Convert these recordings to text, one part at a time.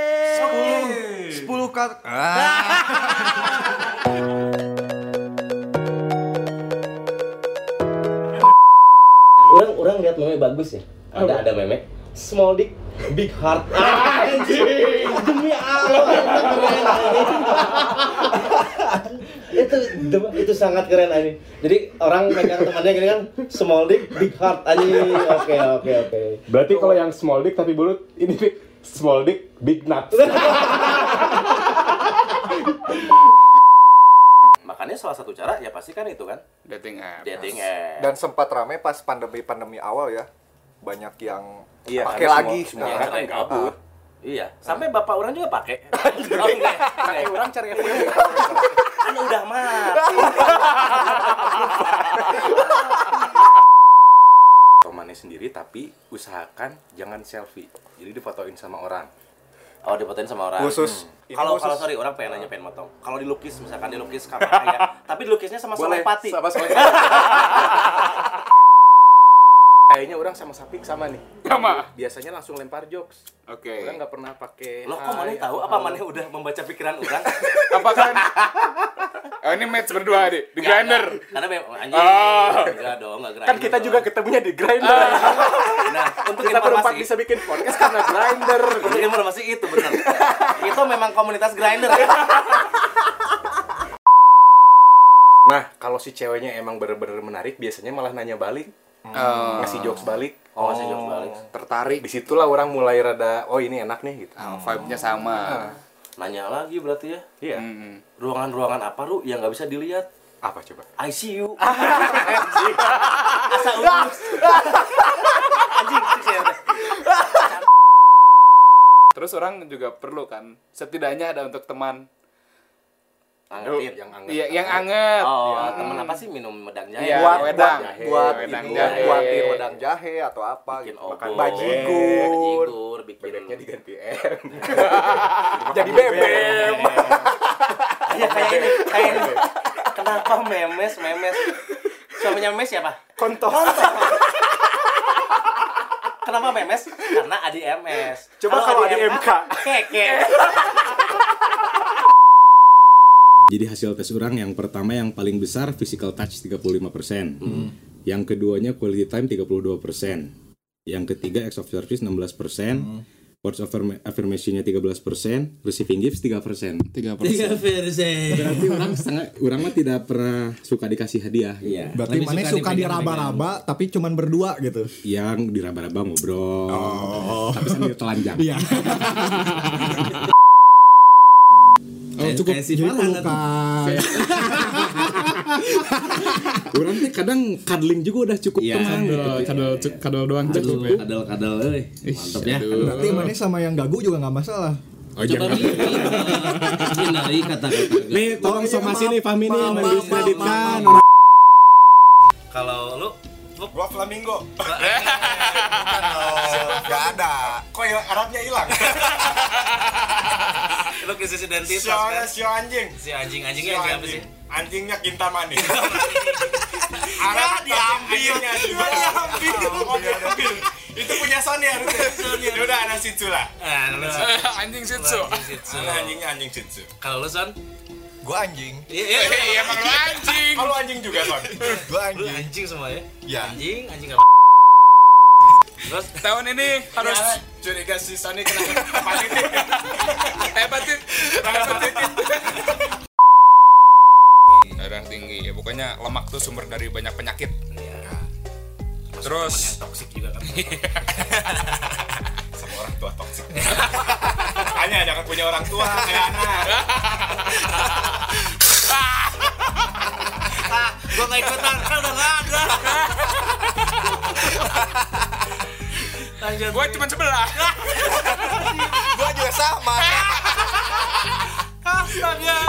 Yeay. 10 kata orang orang lihat meme bagus ya ada ada meme small dick big heart anjing demi Allah itu keren anjing. itu dem- itu sangat keren anjing jadi orang pegang temannya gini kan small dick big heart anjing oke oke oke Berarti kalau yang small dick tapi bulut ini Pik, small dick big nuts. Makanya salah satu cara ya pasti kan itu kan dating app dating app. Dan sempat rame pas pandemi-pandemi awal ya. Banyak yang Iya, pakai karena lagi semua, semuanya semua orang kan. kabur. Iya, sampai bapak orang juga pakai. Orang pakai orang cari FWB. kan udah mati. Tomannya sendiri tapi usahakan jangan selfie. Jadi difotoin sama orang. Oh, dipotoin sama orang. Khusus. Hmm. Ini Kalau khusus. kalau sorry orang pengen nanya pengen motong. Kalau dilukis misalkan dilukis kamera kaya, tapi dilukisnya sama selepati. sama sama Kayaknya orang sama sapik sama nih sama Biasanya langsung lempar jokes oke Orang nggak pernah pakai Lo kok hai, mana tahu apa mana udah membaca pikiran orang? apa kan oh, ini match berdua nih di grinder Karena memang anjing. Ah. Enggak dong, enggak Kan kita juga ketemunya di Grindr Nah, untuk Kita berempat informasi bisa bikin podcast karena Grindr Untuk informasi itu benar. itu memang komunitas grinder. Nah, kalau si ceweknya emang bener-bener menarik, biasanya malah nanya balik, Oh. ngasih jokes balik. Oh, ngasih jokes balik. Tertarik. Disitulah orang mulai rada, oh ini enak nih gitu. Ah, Oh, vibe-nya sama Hmm. Nanya lagi berarti ya. Iya. Hmm. Ruangan-ruangan apa lu yang nggak bisa dilihat? Apa coba? ICU. Anjing. Asa ulus. Anjing sih saya. terus orang juga perlu kan setidaknya ada untuk teman Angetin. Yang anget. iya yang anget Oh, temen apa sih minum medang jahe? Iya, buat wedang. ya, buat, buat Wedang ini jahe. buat di wedang jahe atau apa bikin gitu. obor, bajigur. bajigur, bikin Bebeknya diganti M. Jadi bebek. Iya kayak ini, kayak ini. Kenapa memes, memes? Suaminya memes siapa? Kontol. Kenapa memes? Karena Adi MS. Coba kalau Adi MK. Keke. Jadi hasil tes orang yang pertama yang paling besar physical touch 35%. Hmm. Yang keduanya quality time 32%. Yang ketiga acts of service 16%. Hmm. Words of affirm- affirmation-nya 13%, receiving gifts 3%. tiga persen Berarti orang setengah, orang mah tidak pernah suka dikasih hadiah. Iya. Berarti Lebih mana suka suka dipegang-pegang. diraba-raba tapi cuman berdua gitu. Yang diraba-raba ngobrol, Oh. tapi sambil telanjang. Iya. oh cukup Jadi pelukan. Orang teh kadang cuddling juga udah cukup Iya, gitu. teman. kadal, kadal, kadal doang cukup ya. kadal kadal eh mantap ya Berarti mana sama yang gagu juga nggak masalah. Oh, coba jangan. mi- mi- hindari kata-kata Nih, tolong sama sini Fahmi nih maaf, maaf, mendiskreditkan. Kalau lu Gua flamingo. Enggak ada. Kok ya Arabnya hilang? lu krisis identitas Sio kan? sio anjing. Si anjing Sio anjingnya anjing apa sih? Anjingnya kintamani. Arab diambil. Diambil. Oh, diambil. Itu punya Sony harusnya. Ya Udah ada situ lah. Nah, lu anjing shih tzu Anjingnya anjing situ. Kalau lu son, Gua anjing. iya iya Eh, iya emang lu anjing Kalau anjing juga kon. Gua lu anjing semua ya. Ya. Anjing, anjing apa? Terus tahun ini harus Curiga si Sony kena hepatitis. hepatit Hepatitis. darah tinggi ya pokoknya lemak tuh sumber dari banyak penyakit terus yang toksik juga kan. sama orang tua toksik makanya jangan punya orang tua kayak anak Gua enggak ikutan, kan udah enggak ada. Lanjut. gue Kan cuma sebelah gua juga sama Astaga. ya.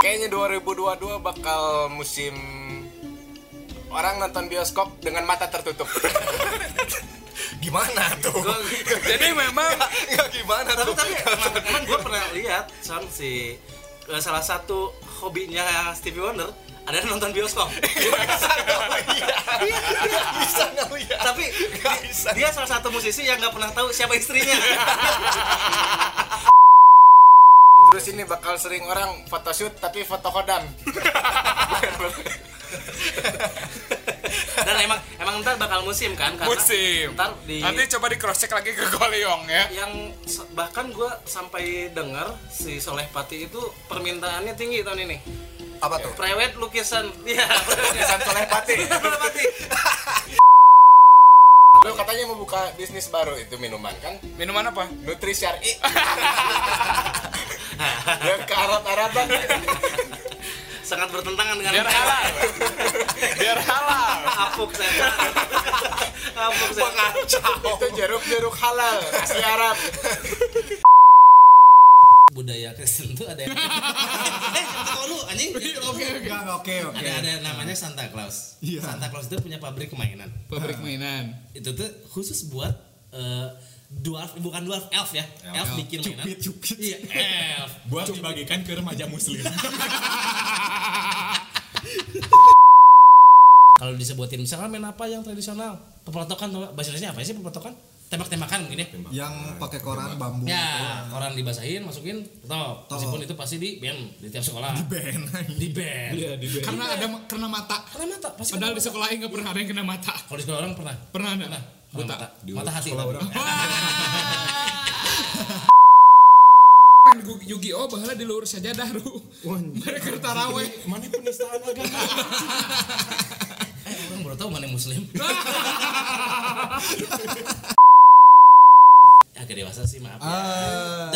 Kayaknya 2022 bakal musim orang nonton bioskop dengan mata tertutup. gimana tuh jadi memang Nggak gimana tapi tuh tapi emang, emang gue pernah lihat son si eh, salah satu hobinya Stevie Wonder ada nonton bioskop. Iya. dia salah satu musisi yang nggak pernah tahu siapa istrinya. Terus ini bakal sering orang photoshoot tapi foto kodam. Dan emang emang ntar bakal musim kan? Karena Musim. Ntar di Nanti coba di cross check lagi ke Goleong ya. yang se- bahkan gue sampai dengar si Soleh Pati itu permintaannya tinggi tahun ini. Apa tuh? Prewed lukisan. Iya. Pesan telepati. Telepati. Lu katanya mau buka bisnis baru itu minuman kan? Minuman apa? Nutri Syari. Ya ke Arab-Araban. Sangat bertentangan dengan Biar halal. Biar halal. Apuk saya. Apuk saya. Itu jeruk-jeruk halal asli Arab. budaya Kristen tuh ada yang eh tahu lu anjing itu oke Enggak, oke, oke. ada ada namanya Santa Claus Iya. Santa Claus itu punya pabrik mainan Ah. Pabrik mainan. itu tuh khusus buat eh, dwarf bukan dwarf elf ya elf, Elf. bikin mainan Cupid, cupid. iya elf Buat dibagikan ke remaja muslim. kalau disebutin misalnya main apa yang tradisional pepelotokan tau nggak? bahasa Indonesia apa sih pepelotokan tembak-tembakan mungkin ya Yang pakai koran bambu. ya koran dibasahin masukin top meskipun itu pasti di band di tiap sekolah di Ben. di band Karena ada kena mata. karena mata pasti Padahal di sekolah nggak pernah ada yang kena mata. kalau di sekolah orang pernah Pernah ada? Nah. pernah Buta. mata mata hati Main Gu- Kan Yu-Gi-Oh bahala di luar sajadah ru. Mereka taraweh. Mana penistaan agama? Eh, orang baru tahu mana yang muslim. Agak dewasa sih maaf. ya.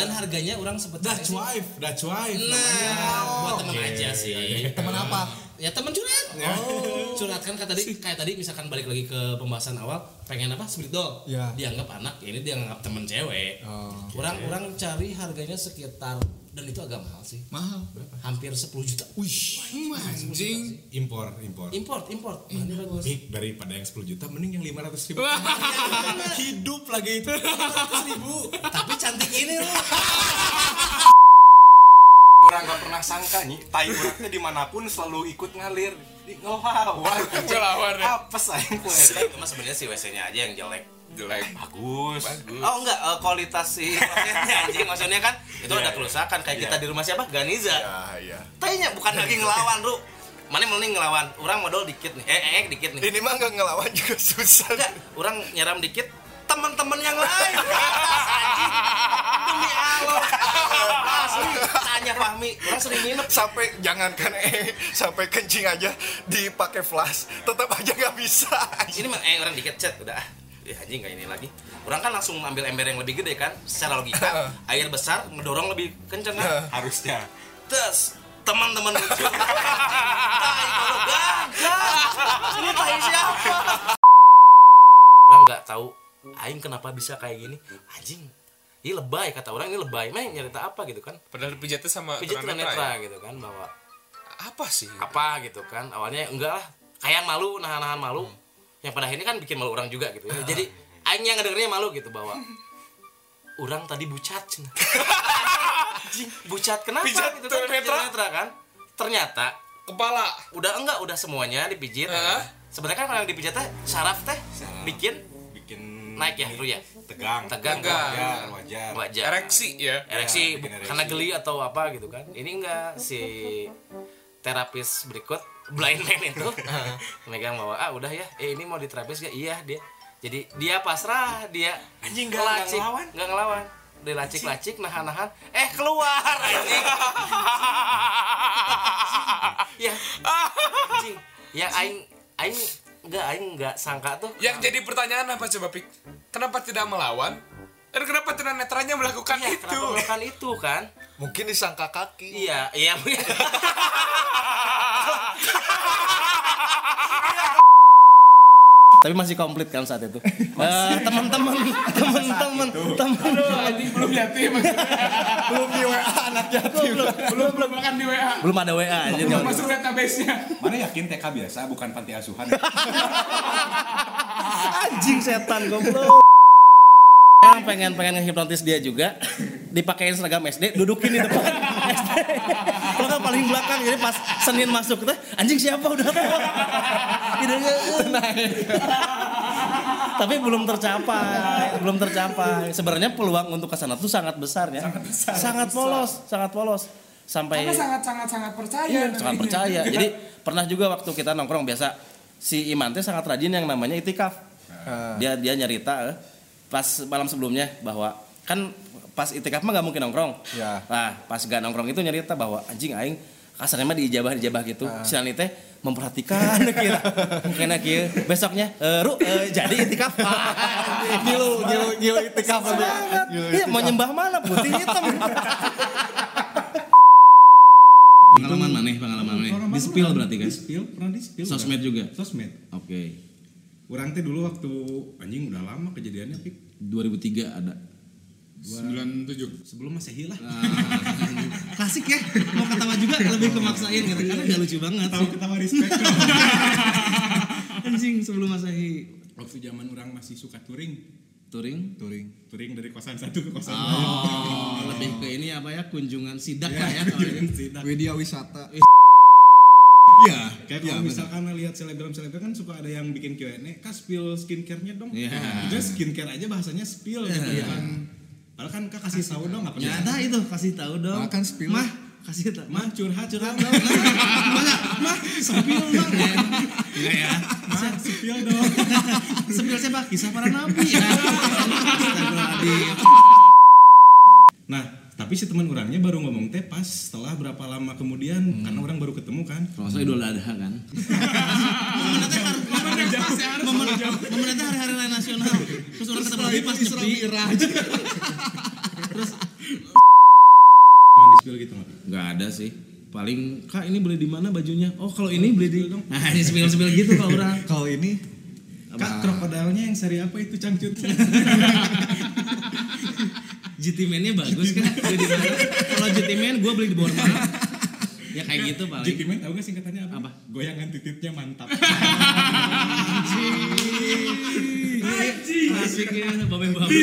Dan harganya orang sempet That's wife, that's wife. Nah, buat teman aja sih. Temen apa? Ya teman curhat. Curhat kan kayak tadi kayak tadi misalkan balik lagi ke pembahasan awal, pengen apa? Split doll. Ya. Dianggap anak, ya ini dianggap teman cewek. Oh, Orang orang cari harganya sekitar dan itu agak mahal sih. Mahal. Hampir 10 juta. Anjing. Impor, impor. Import, import. Bahannya bagus. Iya, Ih, daripada yang 10 juta mending yang 500 ribu. hidup lagi itu seribu tapi cantik ini loh Orang nggak pernah sangka nih, tai uratnya dimanapun selalu ikut ngalir. Di ngelawan. Ngelawan, ya. Apa sayang gue? Itu mah sebenarnya si WC-nya aja yang jelek. Jelek. Bagus. Oh enggak, eh, kualitas si prosesnya anjing maksudnya kan itu ada kerusakan kayak kita di rumah siapa? Ganiza. Ah iya. Tanya bukan lagi ngelawan, Ru. Mana mending ngelawan. Orang modal dikit nih. Eh, eh, eh, dikit nih. Ini mah nggak ngelawan juga susah. Enggak, orang nyeram dikit teman-teman yang lain. Anjing. Demi Allah. Asli, tanya Fahmi. Orang sering nginep sampai jangankan eh sampai kencing aja dipakai flash tetap aja nggak bisa ini mah eh orang dikit chat udah ah Ih, anjing kayak ini lagi orang kan langsung ambil ember yang lebih gede kan secara logika air besar mendorong lebih kenceng kan Harusnya. terus teman-teman lucu tai kalau gagal ini tai siapa orang nggak tahu aing kenapa bisa kayak gini anjing ini lebay kata orang ini lebay mah nyerita apa gitu kan padahal pijatnya sama pijit tunanetra ya? netra gitu kan bahwa apa sih apa gitu kan awalnya enggak lah kayak malu nahan-nahan malu Hmm. yang pada akhirnya kan bikin malu orang juga gitu Ah. ya. jadi aing yang ngedengernya malu gitu bahwa orang tadi bucat cina. Anjing, bucat kenapa Pijat gitu tuh, kan pijat netra. netra kan ternyata kepala udah enggak udah semuanya dipijit sebenarnya kan kalau yang dipijat teh saraf teh bikin Bikin naik ya itu ya tegang. tegang kan? Wajar, wajar. wajar ereksi ya Ya, ereksi bikin ereksi. karena geli atau apa gitu kan ini enggak si terapis berikut blind man itu megang bahwa ah udah ya eh ini mau diterapis gak iya dia jadi dia pasrah dia Anjing, nggak- nggak ngelacik. ngelawan? nggak ngelawan dilacik lacik nahan nahan eh keluar anjing ya anjing ya aing aing enggak aing enggak sangka tuh Ya, yang jadi pertanyaan apa coba pik kenapa tidak melawan dan kenapa tunanetranya kan melakukan ya, itu kenapa melakukan itu kan mungkin disangka kaki Iya, iya. Tapi masih komplit kan saat itu. Eh, teman-teman, teman-teman, teman. Belum yatim. Belum di WA anak yatim. Belum belum makan di WA. Belum ada WA anjir. Belum masuk database-nya. Mana yakin TK biasa bukan panti asuhan? Anjing setan goblok. Yang pengen pengen ngehipnotis dia juga dipakein seragam SD dudukin di depan SD kalau nggak paling belakang jadi pas Senin masuk teh anjing siapa udah tahu tidurnya naik uh. tapi belum tercapai, belum tercapai. Sebenarnya peluang untuk ke sana tuh sangat besar ya. Sangat, polos, sangat polos. Sampai Iya. Karena sangat sangat sangat percaya. Iya, namanya. Nah. sangat percaya. Jadi pernah juga waktu kita nongkrong biasa si Iman teh sangat rajin yang namanya itikaf. Dia dia nyerita eh, pas malam sebelumnya bahwa kan pas itikaf mah nggak mungkin nongkrong. Nah, pas gak nongkrong itu nyerita bahwa anjing aing kasarnya mah diijabah dijabah gitu. Si Nani teh memperhatikan kira kena kieu besoknya eh, Ru eh, jadi itikaf ngilu ngilu ngilu itikaf iya mau nyembah mana putih hitam pengalaman mana pengalaman mana di spill berarti kan Spill, pernah di spill. Sosmed nggak? juga? Sosmed. oke Orang teh dulu waktu anjing udah lama kejadiannya pik 2003 ada 97 sebelum Masehi lah. klasik ya mau ketawa juga lebih kemaksain gitu karena gak lucu banget tahu ketawa respect anjing sebelum masahi waktu zaman orang masih suka touring. touring Touring. Touring dari kosan satu ke kosan oh lebih ke ini apa ya kunjungan sidak lah ya Iya, Kunjungan sidak. Media wisata. Iya, kayak iya, kalau bener. misalkan lihat selebgram-selebgram kan suka ada yang bikin Q&A, kak spill skincare-nya dong. Iya. Udah skincare aja bahasanya spill gitu Iya. kan. Padahal kan kak kasih tahu dong apa nyata itu kasih tahu dong Makan spill. mah kasih tahu Mah curhat curhat dong. mana mah spill dong Enggak ya Iya Mah spill dong. Iya. spill siapa kisah para nabi ya Astagfirullahaladzim. Nah, tapi si teman orangnya baru ngomong teh pas setelah berapa lama kemudian karena orang baru ketemu kan. Kalau saya Idul Adha kan. momen momen itu hari-hari raya nasional terus orang ketemu lagi pas nyepi Cuman di spill gitu nggak? nggak ada sih paling kan- kak ini beli di mana bajunya oh kalau ini beli di nah ini spill spill gitu kalau orang Kalau ini Kak, krokodilnya yang seri apa itu cangcut? GT Man-nya bagus kan beli di mana kalau GT Man gue beli di bawah mana ya kayak gitu paling Jadi gimana tahu nggak singkatannya apa? Apa? Goyangan titipnya mantap. asik ya babe babe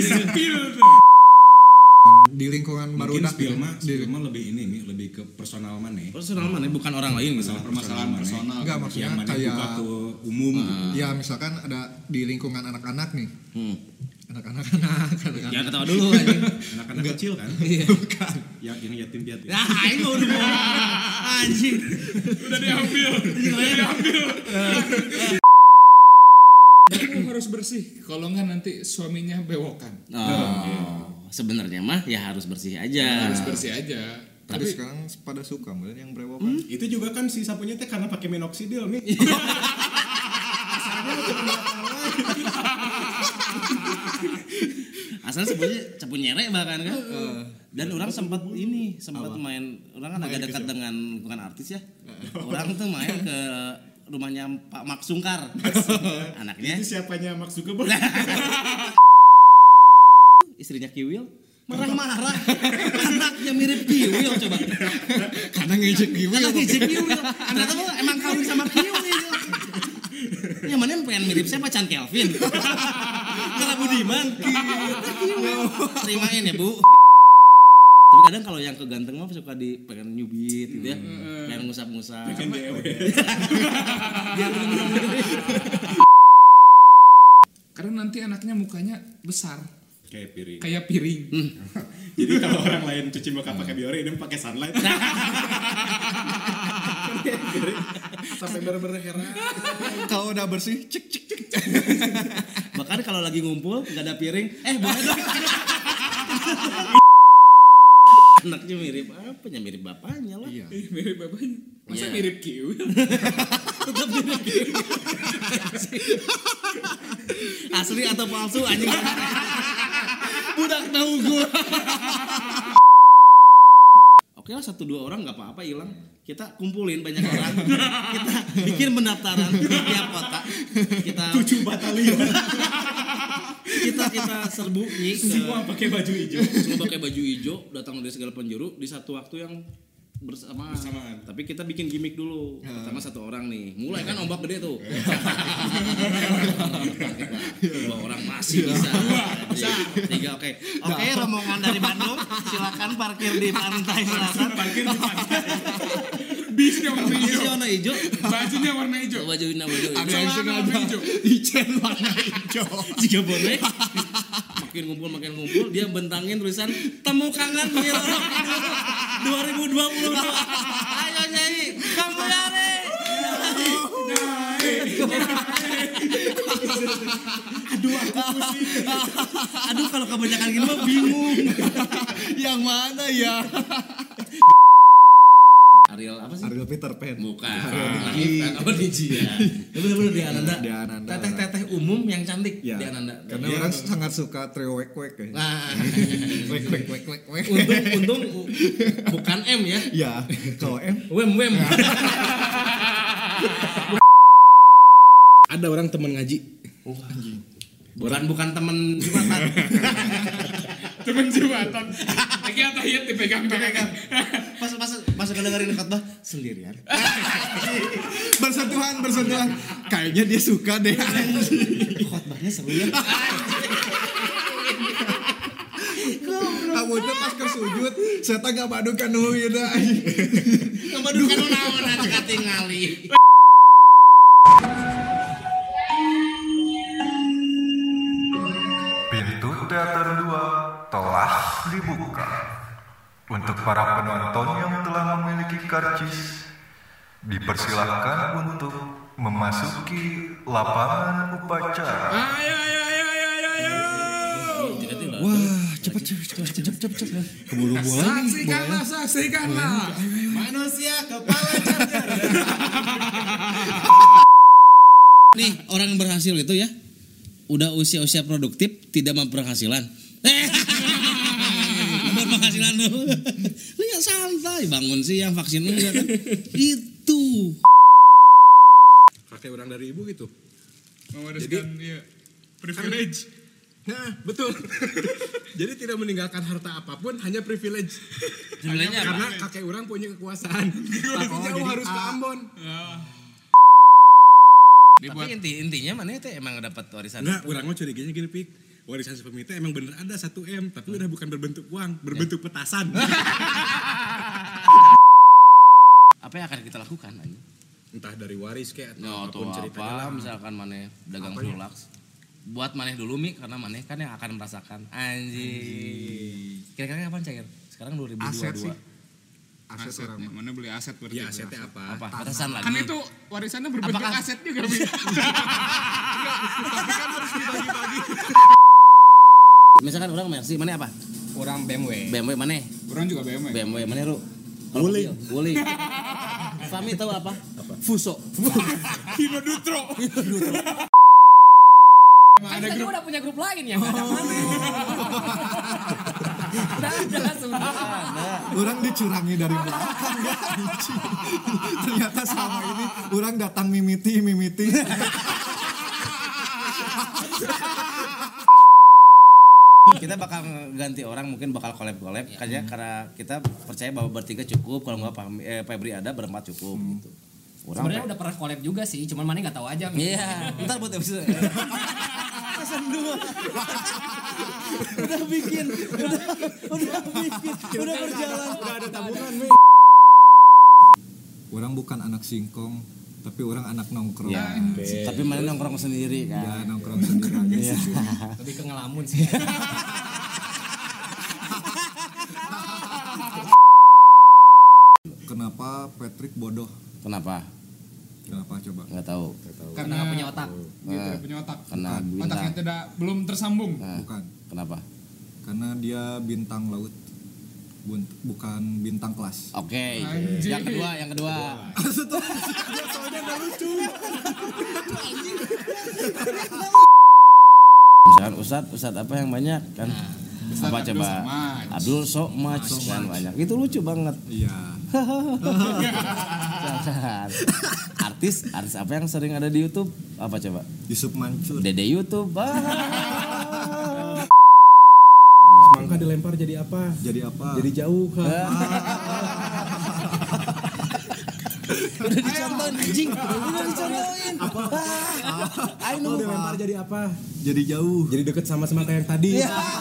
di lingkungan baru Mungkin udah gitu spill mah, spill mah lebih ini nih, lebih ke personal mana? ya. ya? personal mana bukan orang lain gitu Masalah permasalahan personal. Enggak, maksudnya yang mana kayak- buka ke umum. Ah. gitu. ya misalkan ada di lingkungan anak-anak nih hmm. anak-anak anak anak jangan ketawa dulu anjing Anak-anak kecil kan? Iya. bukan yang yang yatim piatu. Nah, ini udah mau anjing. Udah diambil. Udah diambil. Kamu harus bersih, kalau nggak nanti suaminya bewokan. Oh, sebenarnya mah ya harus bersih aja. Harus bersih aja. tapi sekarang pada suka mungkin yang Hmm? berewokan Itu juga kan si sapunya teh karena pakai minoxidil nih. Iya. Asal sebelumnya cepu nyerek bahkan kan. Dan orang sempat ini, sempat main orang kan agak dekat dengan bukan artis ya. Orang tuh main ke rumahnya Pak Mak Sungkar. Anaknya Itu siapanya Mark Zuckerberg? istrinya Kiwil marah-marah anaknya mirip Kiwil coba karena ngejek gitu Anak ngejek Kiwil ternyata mah emang kawin sama Kiwil yang mana yang pengen mirip siapa Chan Kelvin Karena Budiman Kiwil terimain ya bu tapi kadang kalau yang keganteng mah suka di pengen nyubit gitu ya pengen ngusap-ngusap Karena nanti anaknya mukanya besar, Kayak piring. kayak piring. Jadi kalau orang lain cuci muka pakai biore, dia pakai sunlight. Sampai bener-bener heran. kalau udah bersih cek cek cek bahkan kalau lagi ngumpul nggak ada piring eh boleh dong anaknya mirip apanya mirip bapaknya lah iya Ih, mirip bapaknya. Iya. Masa mirip Kiwil? asli atau palsu anjing budak tahu gue oke lah satu dua orang nggak apa-apa hilang kita kumpulin banyak orang kita bikin pendaftaran di tiap kota kita Tujuh batalion. kita kita serbu nih ke- Semua pakai baju hijau. semua pakai baju hijau datang dari segala penjuru di satu waktu yang bersamaan. Bersamaan. Tapi kita bikin gimmick dulu. Pertama satu orang nih. Mulai kan ombak gede tuh. Dua orang masih bisa. Bisa. Tiga oke. Oke, rombongan dari Bandung silakan parkir di pantai selatan. Parkir di pantai. Bisnya warna hijau. Bisnya warna hijau. Bajunya Bajunya warna hijau. warna hijau. Ada yang sengaja. Ijen warna hijau. Jika bonek. Makin ngumpul makin ngumpul dia bentangin tulisan temu kangen Milorok 2022. Ayo nyanyi kamu ya, yare. Aduh aku pusing. Aduh kalau kebanyakan gini mah bingung. Yang mana ya? Ariel apa sih? Ariel Peter Pan. Bukan. Ariel Diki. Bukan. Apa Diji ya? Tapi bener di Ananda. Di Ananda. Teteh-teteh umum yang cantik Ya, di Ananda. Iya. Karena Dia- orang sangat suka trio wek wek kayaknya. Nah. wek wek wek wek wek. untung untung bukan M ya. Ya, kalau M Wem wem. Ada orang teman ngaji. Bukan bukan temen jumatan. Temen jumatan. Lagi atahiyat dipegang-pegang. Pas pas pas ngedengerin khotbah sendirian. bersentuhan bersentuhan. Kayaknya dia suka deh. Khotbahnya seru ya. Kamu tuh pas ke sujud, saya tangga badukan dulu ya dah. Kebedukan naon aja katingali. Pintu teater 2 telah dibuka. Untuk para penonton yang telah memiliki karcis, dipersilahkan untuk memasuki lapangan upacara. Ayo ayo ayo ayo ayo ayo. Wah, cepet cepet cepet cepet cepet cepet. Keburu bola nih. Saksikanlah, saksikanlah. Manusia kepala charger. Nih, orang berhasil itu ya. Udah usia-usia produktif, tidak memperhasilan. Eh, berpenghasilan lu. Lu yang santai, bangun siang, vaksin lu ya kan. Itu. Kakek orang dari ibu gitu. Mewariskan ya privilege. Nah, betul. Jadi tidak meninggalkan harta apapun, hanya privilege. Jumlahnya apa? karena kakek orang punya kekuasaan. Tapi jauh harus Ah. ke Ambon. Tapi inti intinya mana itu emang dapat warisan. Enggak, orang mah curiganya gini, Pik. Warisan sepemi teh emang bener ada 1 M, tapi udah bukan berbentuk uang, berbentuk petasan. Apa yang akan kita lakukan? anjing? Entah dari waris kayak atau No, Ya, apapun tuh ceritanya Ya, lah. apa misalkan maneh dagang Apanya? Dulux. Buat maneh dulu Mi karena maneh kan yang akan merasakan. Anjing. Kira-kira kapan cair? Sekarang 2022. Aset sih. Aset orang mana beli aset berarti. Ya, asetnya apa? Apa? Petasan lagi. Kan itu warisannya berbentuk Apakah- aset juga. Mi. Misalkan orang Mercy, mana apa? Orang BMW. BMW mana? Orang juga BMW. BMW mana, Ru? Wuling. Wuling. Fami tahu apa? Apa? Fuso. Hino Dutro. Emang ada grup Kan udah punya grup lain ya Oh. nggak ada mana udah ada sudah Orang dicurangi dari belakang ya. anjing. Ternyata selama ini orang datang mimiti mimiti. kita bakal ganti orang mungkin bakal collab collab Iya. kayaknya Hmm. karena kita percaya bahwa bertiga cukup kalau nggak Fahmi- eh, Febri ada berempat cukup gitu orang Hmm. sebenarnya udah pernah collab juga sih cuman mana nggak tahu aja Mi. Iya, ntar buat episode. Pesan dua. udah bikin, udah, udah bikin, udah berjalan. Udah ada tabungan, Mi. Orang bukan anak singkong, tapi orang anak nongkrong. Iya. Ya, tapi mana nongkrong sendiri Ya, kan. nongkrong sendiri aja Iya. sih. lebih ke ngelamun sih Kenapa Patrick bodoh? Kenapa? Ya. Kenapa coba? Nggak tahu. karena nggak punya otak Dia tidak Gitu, punya otak. Kena Otaknya bintang. tidak belum tersambung. Bukan. Kenapa? Karena dia bintang laut. Bun- bukan bintang kelas. Oke. Anjing. Yang kedua, yang kedua. Misalkan Ustad, Ustad apa yang banyak kan? Ustadz apa Abdul coba? Somad. Abdul Somad kan banyak. Itu lucu banget. Iya. Misalkan, artis, artis apa yang sering ada di YouTube? Apa coba? Yusuf Mansur. Dede YouTube. Ah. Mangka dilempar jadi apa? Jadi apa? Jadi jauh, kan? Udah dicontohin anjing. Udah dicontohin. Ah. Ayo nunggu. Dilempar jadi apa? Jadi jauh. Jadi deket sama sama kayak yang tadi. Ah.